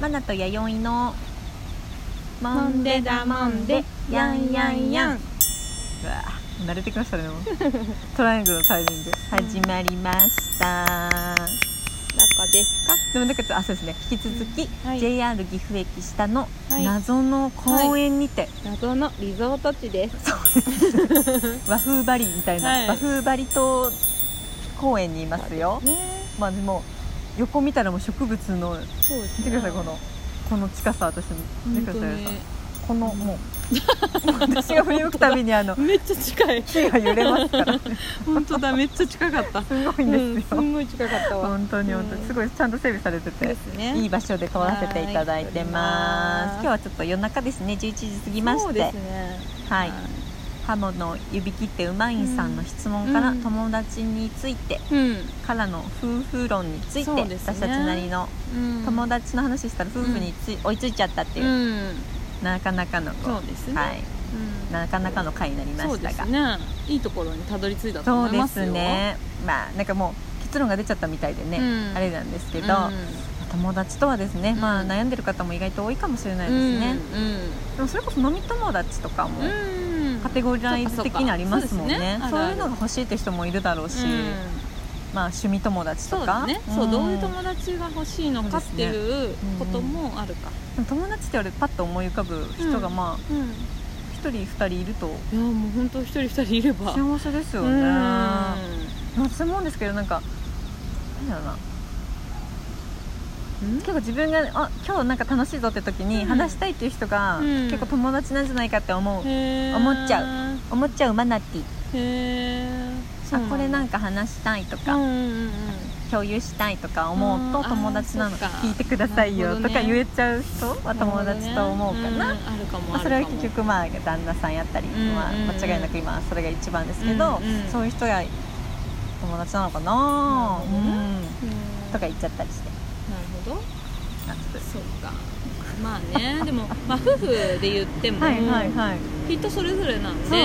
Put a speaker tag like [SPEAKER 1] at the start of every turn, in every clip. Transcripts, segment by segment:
[SPEAKER 1] マナと弥生のモンデダモンデヤンヤンヤンうわ慣れてきましたねもう トライアングルのタイミング始まりました、
[SPEAKER 2] 中ですか
[SPEAKER 1] でもなんかちょっとあそうですね引き続き、
[SPEAKER 2] うんはい
[SPEAKER 1] JR 岐阜駅下の
[SPEAKER 2] はい
[SPEAKER 1] 謎の公園にて、
[SPEAKER 2] 謎のリゾート地です
[SPEAKER 1] 和風バリみたいな、
[SPEAKER 2] はい
[SPEAKER 1] 和風バリ島公園にいますよ、
[SPEAKER 2] ね
[SPEAKER 1] まあでも横見たらもう植物の
[SPEAKER 2] そうです
[SPEAKER 1] 見てくださいこのこの近さ私見てください皆さんこのもう 私が振り向くたびにあの
[SPEAKER 2] めっちゃ近い
[SPEAKER 1] 木が揺れます からす
[SPEAKER 2] 本当だめっちゃ近 かった
[SPEAKER 1] ごい
[SPEAKER 2] うんん
[SPEAKER 1] です
[SPEAKER 2] す
[SPEAKER 1] よ、
[SPEAKER 2] んごい近かったわ
[SPEAKER 1] 本当に本当
[SPEAKER 2] う
[SPEAKER 1] に
[SPEAKER 2] ん
[SPEAKER 1] すごいちゃんと整備されてて
[SPEAKER 2] ですね
[SPEAKER 1] いい場所で撮らせていただいてます
[SPEAKER 2] はい
[SPEAKER 1] 今日はちょっと夜中ですね11時過ぎま
[SPEAKER 2] そ
[SPEAKER 1] し
[SPEAKER 2] う
[SPEAKER 1] て、
[SPEAKER 2] ですね
[SPEAKER 1] はいハモの指切ってうまいんさんの質問から、
[SPEAKER 2] うん
[SPEAKER 1] 友達について
[SPEAKER 2] うん
[SPEAKER 1] からの夫婦論について、
[SPEAKER 2] そうですね
[SPEAKER 1] 私たちなりの
[SPEAKER 2] うん
[SPEAKER 1] 友達の話したら夫婦につい、追いついちゃったっていうう、
[SPEAKER 2] ん
[SPEAKER 1] なかなかのこう
[SPEAKER 2] そうですね
[SPEAKER 1] はい、
[SPEAKER 2] うん
[SPEAKER 1] なかなかの回になりま
[SPEAKER 2] そう
[SPEAKER 1] した
[SPEAKER 2] で
[SPEAKER 1] が
[SPEAKER 2] すねいいところにたどり着いたと
[SPEAKER 1] そ
[SPEAKER 2] 思
[SPEAKER 1] う
[SPEAKER 2] い
[SPEAKER 1] で
[SPEAKER 2] ますよ
[SPEAKER 1] すねまあなんかもう結論が出ちゃったみたいでね、
[SPEAKER 2] うん
[SPEAKER 1] あれなんですけ
[SPEAKER 2] け
[SPEAKER 1] ど、友達とはですね、まあ
[SPEAKER 2] うん
[SPEAKER 1] 悩んでる方も意外と多いかもしれないですね、
[SPEAKER 2] う
[SPEAKER 1] でもそれこそ飲み友達とかも
[SPEAKER 2] んうん
[SPEAKER 1] カテゴライズ的にありますもんね,、そう
[SPEAKER 2] そうかそうですねあるあ
[SPEAKER 1] い
[SPEAKER 2] る
[SPEAKER 1] うのが欲しいって人もいるだろうし、
[SPEAKER 2] うん
[SPEAKER 1] まあ趣味友達と
[SPEAKER 2] そう
[SPEAKER 1] か
[SPEAKER 2] だねそうどういう
[SPEAKER 1] 達
[SPEAKER 2] 友達が欲しいのかっていうこともあるか
[SPEAKER 1] 友達って言われてパッと思い浮かぶ人が
[SPEAKER 2] うん
[SPEAKER 1] まあ
[SPEAKER 2] うん
[SPEAKER 1] 一人二人いると
[SPEAKER 2] いやもう本当一人二人いれば
[SPEAKER 1] 幸せですよね、私も思うんですけどなんかなんだろうな
[SPEAKER 2] うん
[SPEAKER 1] 結構自分があ今日なんか楽しいぞって時に
[SPEAKER 2] うん
[SPEAKER 1] 話したいっていう人が、
[SPEAKER 2] うん
[SPEAKER 1] 結構友達なんじゃないかって思う、
[SPEAKER 2] へー
[SPEAKER 1] 思っちゃ思っちゃうマナティ
[SPEAKER 2] へえ
[SPEAKER 1] あこれなん
[SPEAKER 2] か
[SPEAKER 1] か話したいとか、
[SPEAKER 2] うんうんうん
[SPEAKER 1] 共有したいとか思うと
[SPEAKER 2] うん
[SPEAKER 1] 友達なの
[SPEAKER 2] あーそっか
[SPEAKER 1] 聞いてくださいよと
[SPEAKER 2] なる
[SPEAKER 1] か
[SPEAKER 2] ほどね
[SPEAKER 1] 言えちゃう人は友達と思うかな、
[SPEAKER 2] んあるかも
[SPEAKER 1] ま
[SPEAKER 2] あ
[SPEAKER 1] あ、
[SPEAKER 2] る
[SPEAKER 1] それは結局まあ旦那さんやったり、
[SPEAKER 2] うん
[SPEAKER 1] まあ、
[SPEAKER 2] うん
[SPEAKER 1] 間違いなく今それが一番ですけど、
[SPEAKER 2] うんうん
[SPEAKER 1] そういう人が友達なのかな
[SPEAKER 2] なるほどね
[SPEAKER 1] うんとか
[SPEAKER 2] なる
[SPEAKER 1] 言っちゃったりして
[SPEAKER 2] ほど
[SPEAKER 1] あちょっ
[SPEAKER 2] そうかまあねでもまあ夫婦で言って
[SPEAKER 1] と
[SPEAKER 2] も
[SPEAKER 1] はいはいはい、
[SPEAKER 2] きっとそれぞれな
[SPEAKER 1] そう
[SPEAKER 2] ん
[SPEAKER 1] です
[SPEAKER 2] で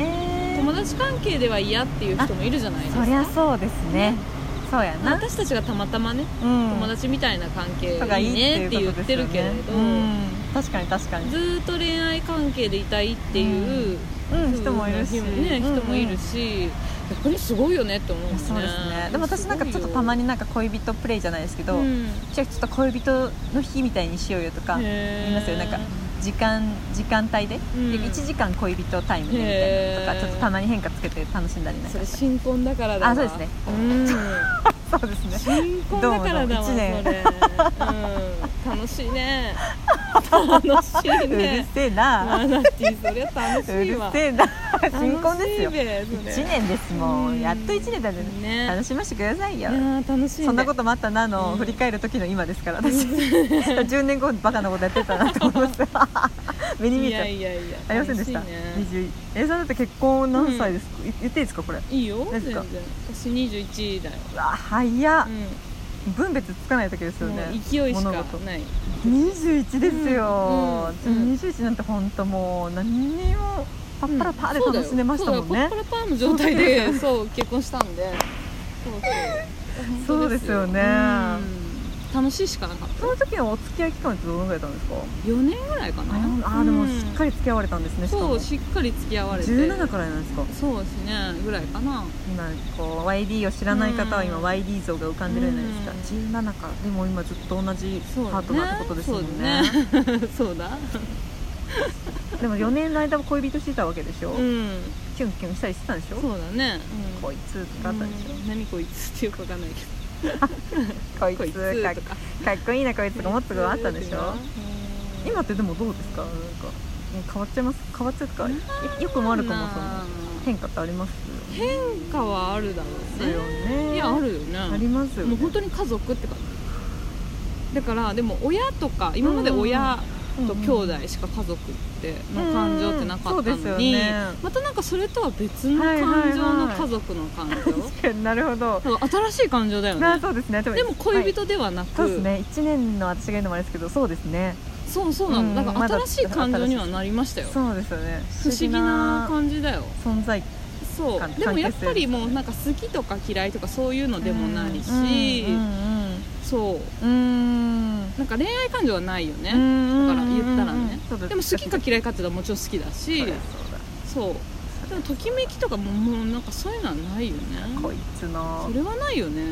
[SPEAKER 1] ね
[SPEAKER 2] 友達関係では嫌っていう人もいるじゃないです
[SPEAKER 1] そ
[SPEAKER 2] か
[SPEAKER 1] りゃそうですね
[SPEAKER 2] ね
[SPEAKER 1] そうやな、
[SPEAKER 2] 私たちがたまたまね
[SPEAKER 1] うん
[SPEAKER 2] 友達みたいな関係
[SPEAKER 1] とか
[SPEAKER 2] いいねって
[SPEAKER 1] いう
[SPEAKER 2] 言っ
[SPEAKER 1] こと
[SPEAKER 2] て
[SPEAKER 1] です
[SPEAKER 2] る
[SPEAKER 1] よ
[SPEAKER 2] けれ
[SPEAKER 1] ね
[SPEAKER 2] ど、
[SPEAKER 1] うん確かに確かに
[SPEAKER 2] ずーっと恋愛関係でいたいっていう、
[SPEAKER 1] うん人もいるし
[SPEAKER 2] ね
[SPEAKER 1] うんうん
[SPEAKER 2] 人もいるし、逆にすごいよねって思
[SPEAKER 1] い
[SPEAKER 2] うね
[SPEAKER 1] やそうですねでも私なんかちょっとたま
[SPEAKER 2] に
[SPEAKER 1] になんか恋人プレイじゃないですけ
[SPEAKER 2] う
[SPEAKER 1] ど、
[SPEAKER 2] ん、
[SPEAKER 1] じゃあちょっと恋人の日みたいにしようよとか
[SPEAKER 2] 言
[SPEAKER 1] いますよなんか時間時間帯で、
[SPEAKER 2] うん
[SPEAKER 1] で1時間恋人タイムでみたいなの
[SPEAKER 2] へー
[SPEAKER 1] とかちょっとたまに変化つけて楽しんだりなん
[SPEAKER 2] そ
[SPEAKER 1] か
[SPEAKER 2] れ
[SPEAKER 1] して
[SPEAKER 2] 新婚だからだわ
[SPEAKER 1] あそうですね
[SPEAKER 2] うん、
[SPEAKER 1] そうですね
[SPEAKER 2] 新婚だからだ
[SPEAKER 1] どう
[SPEAKER 2] わ
[SPEAKER 1] もどうも一年
[SPEAKER 2] それ、うん、楽し いね楽し
[SPEAKER 1] う
[SPEAKER 2] い
[SPEAKER 1] る
[SPEAKER 2] ね
[SPEAKER 1] せえな、
[SPEAKER 2] マナティーそりゃ楽
[SPEAKER 1] う
[SPEAKER 2] しい
[SPEAKER 1] る
[SPEAKER 2] わ
[SPEAKER 1] せえな
[SPEAKER 2] 楽しい
[SPEAKER 1] 新婚ですよ
[SPEAKER 2] べそれ
[SPEAKER 1] 1年ですもん、
[SPEAKER 2] うん
[SPEAKER 1] やっと1年だね
[SPEAKER 2] ね
[SPEAKER 1] 楽しませてください
[SPEAKER 2] い
[SPEAKER 1] よ
[SPEAKER 2] やー楽しいね
[SPEAKER 1] そんなこともあったなの、
[SPEAKER 2] うん
[SPEAKER 1] 振り返る時の今ですから私10年後バカなことやってたなと思います目に見えちゃう
[SPEAKER 2] いやいやいや
[SPEAKER 1] ありませんでした、
[SPEAKER 2] 楽しいね
[SPEAKER 1] 21えさんだって結婚何歳ですか、い言っていいですかこれう
[SPEAKER 2] いいよ
[SPEAKER 1] で
[SPEAKER 2] 全
[SPEAKER 1] す
[SPEAKER 2] 然
[SPEAKER 1] か
[SPEAKER 2] 私21だよ、
[SPEAKER 1] わ早っ
[SPEAKER 2] う、
[SPEAKER 1] 分別つかない時ですよ
[SPEAKER 2] ん、
[SPEAKER 1] ね
[SPEAKER 2] もう勢いしか
[SPEAKER 1] 物事
[SPEAKER 2] ない
[SPEAKER 1] 21ですよ、
[SPEAKER 2] うんうんうん
[SPEAKER 1] 21なんて本当もう何にもパッパラパーで楽しんでましたもん
[SPEAKER 2] そうだよ
[SPEAKER 1] ね
[SPEAKER 2] そうだよポッパラパーの状態でそう結婚したんでそうそう
[SPEAKER 1] そうですよね
[SPEAKER 2] うん楽しいしかなかっ
[SPEAKER 1] その時のお付き合い期間ってどのぐらいだったんですか
[SPEAKER 2] た4年ぐらいかな
[SPEAKER 1] ああでもしっか
[SPEAKER 2] り
[SPEAKER 1] り付き合われたんですねしか
[SPEAKER 2] そ
[SPEAKER 1] も
[SPEAKER 2] うしっかり付き合われて
[SPEAKER 1] 17からなんですか
[SPEAKER 2] そうですねぐらいかな
[SPEAKER 1] 今こう YD を知らない方は今
[SPEAKER 2] うん
[SPEAKER 1] YD 像が浮かんでるじゃないですか、17かでも今ずっと同じ
[SPEAKER 2] そうだ
[SPEAKER 1] パー
[SPEAKER 2] ね
[SPEAKER 1] トナーってことですもんね
[SPEAKER 2] そうだね そうだ
[SPEAKER 1] でも4年の間も恋人してたわけでしょ、
[SPEAKER 2] うん
[SPEAKER 1] キュンキュンしたりしてたんでしょ
[SPEAKER 2] そうだね、うん
[SPEAKER 1] こいつとかあったんでしょ、
[SPEAKER 2] うん何こいつってよくわかんないけど
[SPEAKER 1] こいつ
[SPEAKER 2] こいつ
[SPEAKER 1] か
[SPEAKER 2] とか
[SPEAKER 1] かっこいいなこいつとか思ったことあったんでしょ
[SPEAKER 2] うん
[SPEAKER 1] 今ってでもどうですかなんか変わっちゃいます変わっちゃうとかよくも悪くもその
[SPEAKER 2] まあ
[SPEAKER 1] 変化ってありますよ
[SPEAKER 2] 変化はあるだろうね
[SPEAKER 1] ね
[SPEAKER 2] いやあるよね
[SPEAKER 1] ありますよね
[SPEAKER 2] もう本当に家族って感じだからでも親とか今まで親と兄弟しか家族っての感情ってなかった
[SPEAKER 1] うんうんそう
[SPEAKER 2] の
[SPEAKER 1] です
[SPEAKER 2] に、
[SPEAKER 1] よね
[SPEAKER 2] またなんかそれとは別の
[SPEAKER 1] はいはいはい
[SPEAKER 2] 感情の家族の感情、
[SPEAKER 1] 確かになるほど
[SPEAKER 2] なんか新しい感情だよ
[SPEAKER 1] まあ
[SPEAKER 2] ね
[SPEAKER 1] そうですねでも
[SPEAKER 2] でも恋人ではなく、
[SPEAKER 1] そうですね1年の私が言うのもあれですけどそうですね
[SPEAKER 2] そうそうなの、
[SPEAKER 1] うん
[SPEAKER 2] なんか新しい感情にはなりましたよ
[SPEAKER 1] そうですよね
[SPEAKER 2] 不思議な感じだよ
[SPEAKER 1] 不思議な存在
[SPEAKER 2] そう
[SPEAKER 1] 関係
[SPEAKER 2] でもやっぱりもうなんか好きとか嫌いとかそういうのでもないし、
[SPEAKER 1] うんうん
[SPEAKER 2] そう
[SPEAKER 1] うんうん
[SPEAKER 2] なんか恋愛感情はないよね、
[SPEAKER 1] うん
[SPEAKER 2] だから言ったらね、
[SPEAKER 1] そうだ
[SPEAKER 2] でも好きか嫌いかって言ったらもちろん好きだし
[SPEAKER 1] そうだ
[SPEAKER 2] そうでもときめきとかももうなんかそういうのはないよね
[SPEAKER 1] こいつの
[SPEAKER 2] それはないよね、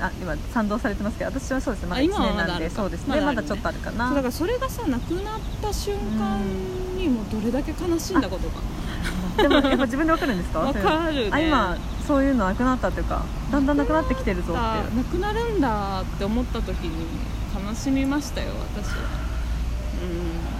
[SPEAKER 1] あ今賛同されてますけど私はそうですねまだ
[SPEAKER 2] あ
[SPEAKER 1] 1
[SPEAKER 2] 今は
[SPEAKER 1] 年
[SPEAKER 2] まだ
[SPEAKER 1] なん
[SPEAKER 2] あ
[SPEAKER 1] で
[SPEAKER 2] るか
[SPEAKER 1] そうですね
[SPEAKER 2] まだ
[SPEAKER 1] ま
[SPEAKER 2] ある
[SPEAKER 1] だ
[SPEAKER 2] ね
[SPEAKER 1] ちょっとあるかな
[SPEAKER 2] そうだからそれがさなくなった瞬間にもうどれだけ悲しんだことか
[SPEAKER 1] でもやっぱ自分でわかるんですか
[SPEAKER 2] わかるね
[SPEAKER 1] あ今そういうのなくなったというかだんだんなくなってきてるぞ
[SPEAKER 2] あ
[SPEAKER 1] って
[SPEAKER 2] なくなるんだって思った時に悲しみましたよ私はうん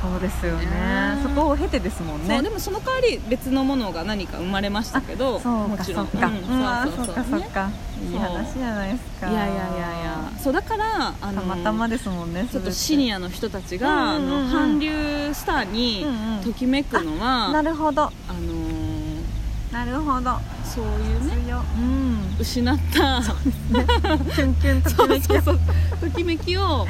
[SPEAKER 1] そうですよね
[SPEAKER 2] ね
[SPEAKER 1] そこを経てですもん
[SPEAKER 2] そ
[SPEAKER 1] ね
[SPEAKER 2] うでもその代わり別のものが何か生まれましたけど
[SPEAKER 1] そう
[SPEAKER 2] も
[SPEAKER 1] か
[SPEAKER 2] ち
[SPEAKER 1] そっ
[SPEAKER 2] ろん
[SPEAKER 1] か
[SPEAKER 2] うん
[SPEAKER 1] うわ
[SPEAKER 2] そ
[SPEAKER 1] そうっ
[SPEAKER 2] そう
[SPEAKER 1] か
[SPEAKER 2] そ
[SPEAKER 1] そうっ
[SPEAKER 2] ね
[SPEAKER 1] かいい話じゃないです
[SPEAKER 2] い
[SPEAKER 1] か
[SPEAKER 2] やいやいやいやそうだからあの
[SPEAKER 1] たまたまですもんね
[SPEAKER 2] ちょっとシニ
[SPEAKER 1] ア
[SPEAKER 2] アの人たちが、
[SPEAKER 1] うんうんうんうん
[SPEAKER 2] あの韓流スターに
[SPEAKER 1] うんうん
[SPEAKER 2] ときめくのは、
[SPEAKER 1] なるほど
[SPEAKER 2] あのー
[SPEAKER 1] なるほど
[SPEAKER 2] そういうね
[SPEAKER 1] 強うん
[SPEAKER 2] 失った
[SPEAKER 1] キュンキュンときめき
[SPEAKER 2] そうそうときめきを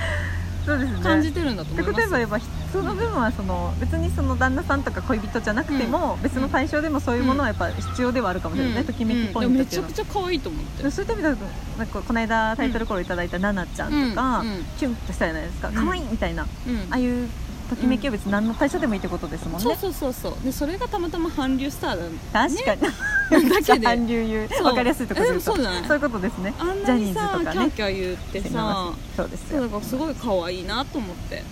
[SPEAKER 1] そうですね
[SPEAKER 2] 感じてるんだと
[SPEAKER 1] っ
[SPEAKER 2] 思
[SPEAKER 1] てこ
[SPEAKER 2] いま
[SPEAKER 1] と
[SPEAKER 2] す
[SPEAKER 1] 言えばやっぱその部分はその別にその旦那さんとか恋人じゃなくても、別の対象でもそういうものはやっぱ必要ではあるかもしれないね、
[SPEAKER 2] うん
[SPEAKER 1] ときめきポイント
[SPEAKER 2] うんいやめ
[SPEAKER 1] ってい
[SPEAKER 2] ち
[SPEAKER 1] う
[SPEAKER 2] ゃ
[SPEAKER 1] の
[SPEAKER 2] くちゃ可愛いと思って
[SPEAKER 1] はそういった意味ではなんかこの間タイトルコールいただいたナナちゃんとか、
[SPEAKER 2] うんうん
[SPEAKER 1] キュンとしたじゃないですか
[SPEAKER 2] ん
[SPEAKER 1] 可愛、いみたいな
[SPEAKER 2] う
[SPEAKER 1] あ
[SPEAKER 2] ん
[SPEAKER 1] あいうときめきは別に何の対象でもいいってことですもんね、
[SPEAKER 2] そうそうそうそうでそれがたまたま韓流スターだ
[SPEAKER 1] 確かに、
[SPEAKER 2] ねだけで
[SPEAKER 1] 韓流言
[SPEAKER 2] そう
[SPEAKER 1] うわかりやすいところで言うと
[SPEAKER 2] えでもそうじゃな
[SPEAKER 1] い
[SPEAKER 2] い
[SPEAKER 1] うことですね
[SPEAKER 2] あん
[SPEAKER 1] ジ
[SPEAKER 2] な
[SPEAKER 1] ャニー
[SPEAKER 2] にさ
[SPEAKER 1] ズ
[SPEAKER 2] キ
[SPEAKER 1] と
[SPEAKER 2] ャ
[SPEAKER 1] か
[SPEAKER 2] ー
[SPEAKER 1] ね
[SPEAKER 2] キャー言って
[SPEAKER 1] すいま
[SPEAKER 2] さ
[SPEAKER 1] せんそうです
[SPEAKER 2] そう
[SPEAKER 1] よ
[SPEAKER 2] だからすごい可愛いなと思って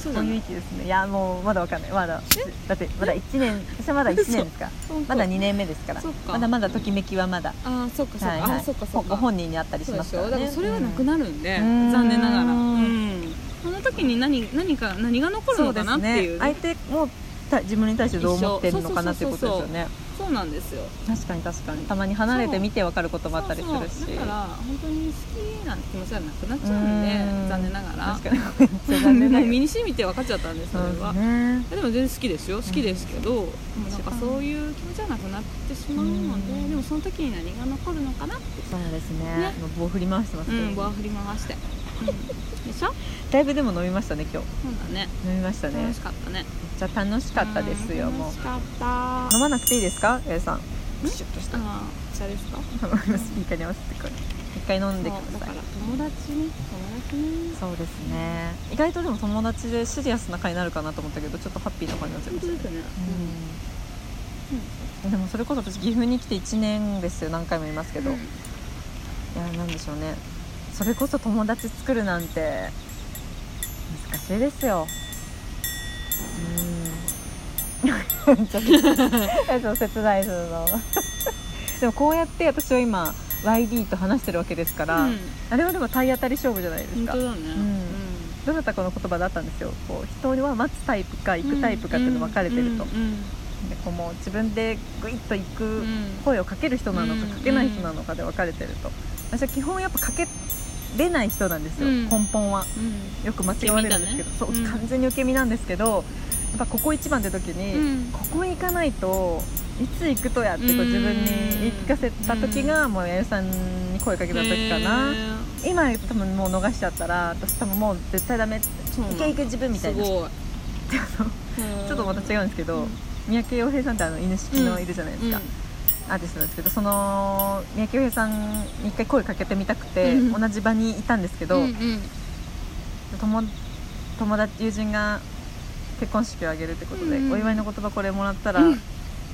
[SPEAKER 2] そう
[SPEAKER 1] そ
[SPEAKER 2] じゃ
[SPEAKER 1] うい
[SPEAKER 2] な
[SPEAKER 1] う
[SPEAKER 2] い
[SPEAKER 1] 意気ですねいやもうまだわかんないまだだってまだ1年私はまだ1年ですか
[SPEAKER 2] そうか
[SPEAKER 1] まだ2年目ですから
[SPEAKER 2] そっか
[SPEAKER 1] まだまだときめきはまだ
[SPEAKER 2] ああそうかそう
[SPEAKER 1] はい
[SPEAKER 2] か
[SPEAKER 1] は
[SPEAKER 2] あ
[SPEAKER 1] い
[SPEAKER 2] ーそうかそう
[SPEAKER 1] ご
[SPEAKER 2] か
[SPEAKER 1] 本人にあったりし
[SPEAKER 2] そうで
[SPEAKER 1] ます
[SPEAKER 2] し
[SPEAKER 1] か
[SPEAKER 2] ょ
[SPEAKER 1] ら
[SPEAKER 2] だか
[SPEAKER 1] ね
[SPEAKER 2] らそれはなくなるんで、
[SPEAKER 1] うん
[SPEAKER 2] 残念ながら
[SPEAKER 1] う
[SPEAKER 2] うんんその時に何何か何が残る
[SPEAKER 1] そう
[SPEAKER 2] の
[SPEAKER 1] で
[SPEAKER 2] か
[SPEAKER 1] す
[SPEAKER 2] なって
[SPEAKER 1] ね
[SPEAKER 2] いうそう,、
[SPEAKER 1] 相手もた自分に対してどう思ってるのかなっていうことですよね
[SPEAKER 2] なんですよ
[SPEAKER 1] 確かに確かにたまに離れて見てわかることもあったりするし
[SPEAKER 2] そうそうだから本当に好きなんて気持ちはなくなっちゃうんで
[SPEAKER 1] うん
[SPEAKER 2] 残念ながら
[SPEAKER 1] 確かにごめんな さい残念なが
[SPEAKER 2] もう
[SPEAKER 1] ら
[SPEAKER 2] 身に染みて分かっちゃったんですそ
[SPEAKER 1] そう
[SPEAKER 2] れ
[SPEAKER 1] です
[SPEAKER 2] は
[SPEAKER 1] ね
[SPEAKER 2] でも全然好きですよ好きですけど、でもなんか
[SPEAKER 1] 一番
[SPEAKER 2] そういう気持ちはなくなってしまうので、
[SPEAKER 1] うん
[SPEAKER 2] でもその時に何が残るのかなって
[SPEAKER 1] そうですね
[SPEAKER 2] ね
[SPEAKER 1] もう棒振り回してます
[SPEAKER 2] う
[SPEAKER 1] けど
[SPEAKER 2] んボア振り回して、うん、でしょそう
[SPEAKER 1] だいぶでも飲みましたね今日
[SPEAKER 2] だね
[SPEAKER 1] 飲みましたねめ
[SPEAKER 2] 楽
[SPEAKER 1] っ
[SPEAKER 2] しかったね
[SPEAKER 1] ちゃ楽しかったですよ
[SPEAKER 2] ん
[SPEAKER 1] もう
[SPEAKER 2] 楽しかった
[SPEAKER 1] 飲まなくていいですかやゆさんプシュッとした
[SPEAKER 2] あーお茶ですか
[SPEAKER 1] スピーカーに合わせてこれ一回飲んでく
[SPEAKER 2] そう
[SPEAKER 1] ださ
[SPEAKER 2] だか
[SPEAKER 1] い
[SPEAKER 2] ら友達ね友達ね
[SPEAKER 1] そうですね意外とでも友達でシリアスな会になるかなと思ったけどちょっとハッピーな感じになっちゃい
[SPEAKER 2] 本
[SPEAKER 1] ました
[SPEAKER 2] 当ですよね、
[SPEAKER 1] うんでもそれこそ私岐阜に来て1年ですよ何回も言いますけど、
[SPEAKER 2] うん
[SPEAKER 1] いやなんでしょうねそれこそ友達作るなんて難しいですようん ちょっとえっと切ないするの でもこうやって私は今 YD と話してるわけですから、
[SPEAKER 2] うん
[SPEAKER 1] あれはでも体当たり勝負じゃないです
[SPEAKER 2] 本
[SPEAKER 1] か
[SPEAKER 2] 当だね、
[SPEAKER 1] うんどなたかの言葉だったんですよこう人は待つタイプか行くタイプかっていうの分かれてると、
[SPEAKER 2] うんうん
[SPEAKER 1] でこうもう自分でグイッと行
[SPEAKER 2] う
[SPEAKER 1] く
[SPEAKER 2] ん
[SPEAKER 1] 声をかける人なの
[SPEAKER 2] うん
[SPEAKER 1] かかけない人なのかで分かれてると私は基本やっぱかけれない人なんですよ、
[SPEAKER 2] うん
[SPEAKER 1] 根本は
[SPEAKER 2] うん
[SPEAKER 1] よく間違われるんですけど、そ
[SPEAKER 2] 受
[SPEAKER 1] う
[SPEAKER 2] け身だねうん
[SPEAKER 1] 完全に受け身なんですけどやっぱここ一番って時に、
[SPEAKER 2] うん
[SPEAKER 1] ここに行かないといつ行くとやってこう自分に言い聞かせた時が、もう弥生さんに声かけた時かな、
[SPEAKER 2] へー
[SPEAKER 1] 今多分もう逃しちゃったら私多分もう絶対ダメって
[SPEAKER 2] そうなん
[SPEAKER 1] い
[SPEAKER 2] だ
[SPEAKER 1] けいけ自分みたいな
[SPEAKER 2] す
[SPEAKER 1] ちょ
[SPEAKER 2] ごいち
[SPEAKER 1] っとまた違うんですけど、
[SPEAKER 2] うん
[SPEAKER 1] 三宅洋平さんってあの犬式の
[SPEAKER 2] うん
[SPEAKER 1] いるじゃないで
[SPEAKER 2] う
[SPEAKER 1] す
[SPEAKER 2] ん
[SPEAKER 1] か、アーティストなんですけどその三宅洋平さんに一回声かけてみたくて、
[SPEAKER 2] うん
[SPEAKER 1] 同じ場にいたんですけど、
[SPEAKER 2] うんうん
[SPEAKER 1] 友友達友人が結婚式を挙げるってことで、
[SPEAKER 2] うん
[SPEAKER 1] お祝いの言葉これもらったら、
[SPEAKER 2] うん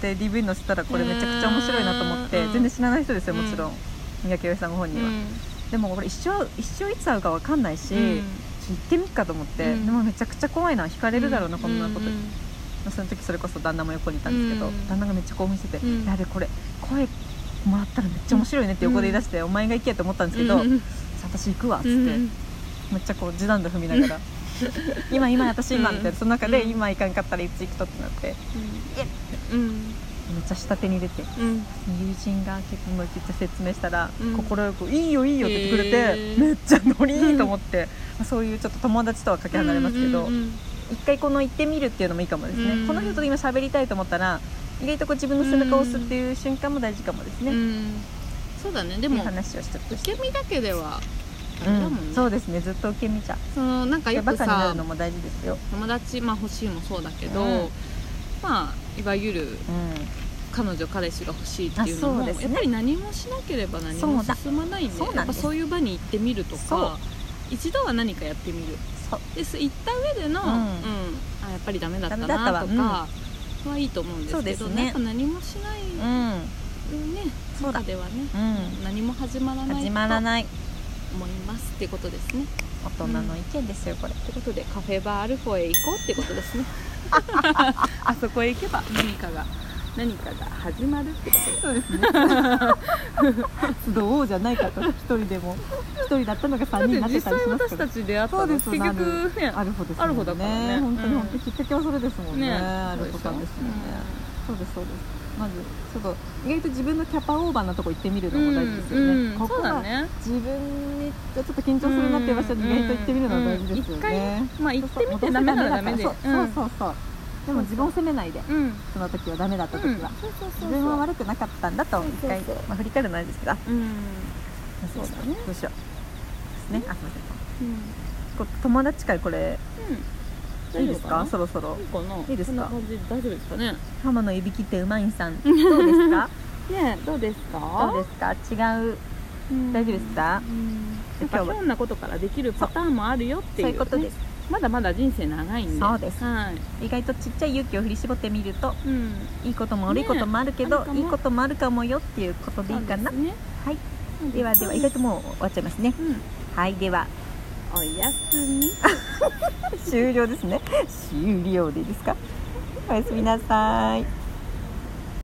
[SPEAKER 1] で DV 載せたらこれめちゃくちゃ面白いなと思って、
[SPEAKER 2] うん
[SPEAKER 1] 全然知らない人ですよもちろん、
[SPEAKER 2] うん
[SPEAKER 1] 三宅洋平さんご本人は、でもこれ一生一生いつ会うか分かんないし、
[SPEAKER 2] うん
[SPEAKER 1] 行ってみっかと思って、
[SPEAKER 2] うん
[SPEAKER 1] でもめちゃくちゃ怖いな引かれるだろうな、こんなこと、
[SPEAKER 2] うん
[SPEAKER 1] その時それこそ旦那も横にいたんですけど、
[SPEAKER 2] うん
[SPEAKER 1] 旦那がめっちゃ興奮してて「
[SPEAKER 2] うん
[SPEAKER 1] やべこれ声もらったらめっちゃ面白いね」って横で言い出して「お前が行け」と思ったんですけど「
[SPEAKER 2] うんうん
[SPEAKER 1] 私行くわ」っつっ
[SPEAKER 2] う
[SPEAKER 1] て、
[SPEAKER 2] ん
[SPEAKER 1] めっちゃこう地団で踏みながら 「今今私今」
[SPEAKER 2] うん
[SPEAKER 1] みたいなその中で「
[SPEAKER 2] うん
[SPEAKER 1] 今行かんかったらいつ行くと」ってなって
[SPEAKER 2] うん
[SPEAKER 1] めっちゃ下手に出て
[SPEAKER 2] うん
[SPEAKER 1] 友人が結構めっちゃ説明したら
[SPEAKER 2] うん
[SPEAKER 1] 快く「いいよいいよ」って言ってくれて、
[SPEAKER 2] へー
[SPEAKER 1] めっちゃノリいいと思って、まあそういうちょっと友達とはかけ離れますけど。
[SPEAKER 2] うんうん
[SPEAKER 1] 一回この行ってみるっていうのもいいかもですね、
[SPEAKER 2] うん
[SPEAKER 1] この人と今喋りたいと思ったら意外とこう自分の背中を押すっていう瞬間も大事かもですね、
[SPEAKER 2] う
[SPEAKER 1] い
[SPEAKER 2] んそうだねで
[SPEAKER 1] い
[SPEAKER 2] も
[SPEAKER 1] 話をしちゃっ
[SPEAKER 2] 受け身だけではあ
[SPEAKER 1] た、
[SPEAKER 2] れだもんね
[SPEAKER 1] そうですねずっと受け身じゃ
[SPEAKER 2] そのなんか
[SPEAKER 1] で
[SPEAKER 2] よ
[SPEAKER 1] バ
[SPEAKER 2] く
[SPEAKER 1] カにな
[SPEAKER 2] さ
[SPEAKER 1] るのも大事ですよ、
[SPEAKER 2] 友達まあ欲しいもそうだけ
[SPEAKER 1] うん
[SPEAKER 2] どまあいわゆる
[SPEAKER 1] うん、
[SPEAKER 2] 彼女彼氏が欲しいっていうの
[SPEAKER 1] あそう
[SPEAKER 2] も
[SPEAKER 1] ですね
[SPEAKER 2] やっぱり何もしなければ何も進まないんで
[SPEAKER 1] そうだそう
[SPEAKER 2] や
[SPEAKER 1] な
[SPEAKER 2] っ
[SPEAKER 1] ん
[SPEAKER 2] ぱ
[SPEAKER 1] です
[SPEAKER 2] そういう場に行ってみると
[SPEAKER 1] そう
[SPEAKER 2] か一度は何かやってみる
[SPEAKER 1] そう
[SPEAKER 2] です行った上での、
[SPEAKER 1] う
[SPEAKER 2] うんんあやっぱりダメだったな
[SPEAKER 1] ダメだったわ
[SPEAKER 2] とか、はいいと思うんですけ
[SPEAKER 1] そ
[SPEAKER 2] ど
[SPEAKER 1] うですね
[SPEAKER 2] なんか何もしない、
[SPEAKER 1] う
[SPEAKER 2] ね
[SPEAKER 1] んそうだ
[SPEAKER 2] 中ではね、
[SPEAKER 1] う
[SPEAKER 2] 何も始まら
[SPEAKER 1] ん
[SPEAKER 2] ない
[SPEAKER 1] 始まらない
[SPEAKER 2] と思いますってことですね
[SPEAKER 1] 大人の意見ですよこれ
[SPEAKER 2] ってことでカフェバーアルフォへ行こうってことで すねあそこへ行けば何かが何かが始まるってことで
[SPEAKER 1] そうですね集おうじゃないかと一人でも一人だったのが三人になってたりしますけど
[SPEAKER 2] ち出会っ
[SPEAKER 1] そうですよ
[SPEAKER 2] ね
[SPEAKER 1] アルフォです
[SPEAKER 2] アルフォだからね
[SPEAKER 1] 本当に本当に
[SPEAKER 2] うん
[SPEAKER 1] きっかけはそれですもんねアルフォさんですもんねそうですそうですまずちょっと意外と自分のキャパオーバーなとこ行ってみるのも大事ですよね、ここが
[SPEAKER 2] ね
[SPEAKER 1] 自分にちょっと緊張するなって言いましたら意外と行ってみるのは大事ですよね、
[SPEAKER 2] うんまあ行ってみてダメならダメで
[SPEAKER 1] そうそうそうそうそうでも自分を責めないで
[SPEAKER 2] うんうん
[SPEAKER 1] その時はダメだった時は、
[SPEAKER 2] そうそう
[SPEAKER 1] 自
[SPEAKER 2] そう
[SPEAKER 1] 分は悪くなかったんだと一回
[SPEAKER 2] そうそう
[SPEAKER 1] まあ、振り返るのはないですけどあ
[SPEAKER 2] うん
[SPEAKER 1] そうだねどうしようですねあすいません
[SPEAKER 2] うん
[SPEAKER 1] こう友達会これ
[SPEAKER 2] うん
[SPEAKER 1] いいですかそろそ
[SPEAKER 2] 大
[SPEAKER 1] ろ
[SPEAKER 2] 丈夫かない
[SPEAKER 1] いですか
[SPEAKER 2] こんな感じで大丈夫ですかね
[SPEAKER 1] 浜のいびきってうまいん さんどうですか
[SPEAKER 2] ねどうですか
[SPEAKER 1] どうですか違う
[SPEAKER 2] うん
[SPEAKER 1] 大丈夫ですか
[SPEAKER 2] うんや
[SPEAKER 1] 今
[SPEAKER 2] っぱ
[SPEAKER 1] 日は
[SPEAKER 2] ひょんなことからできるパターンもあるよっていう,、
[SPEAKER 1] そういうことです
[SPEAKER 2] まだまだ人生長いんで
[SPEAKER 1] そうです
[SPEAKER 2] はい、
[SPEAKER 1] 意外とちっちゃい勇気を振り絞ってみると
[SPEAKER 2] うん、
[SPEAKER 1] いいことも悪いこともあるけど、
[SPEAKER 2] ねあるかも
[SPEAKER 1] いいこともあるかもよっていうことでいいかな
[SPEAKER 2] そうですね
[SPEAKER 1] はい
[SPEAKER 2] うん
[SPEAKER 1] ではでは意外ともう終わっちゃいますね
[SPEAKER 2] うん
[SPEAKER 1] はいでは
[SPEAKER 2] おやすみ
[SPEAKER 1] 終了ですね終了でいいですかおやすみなさい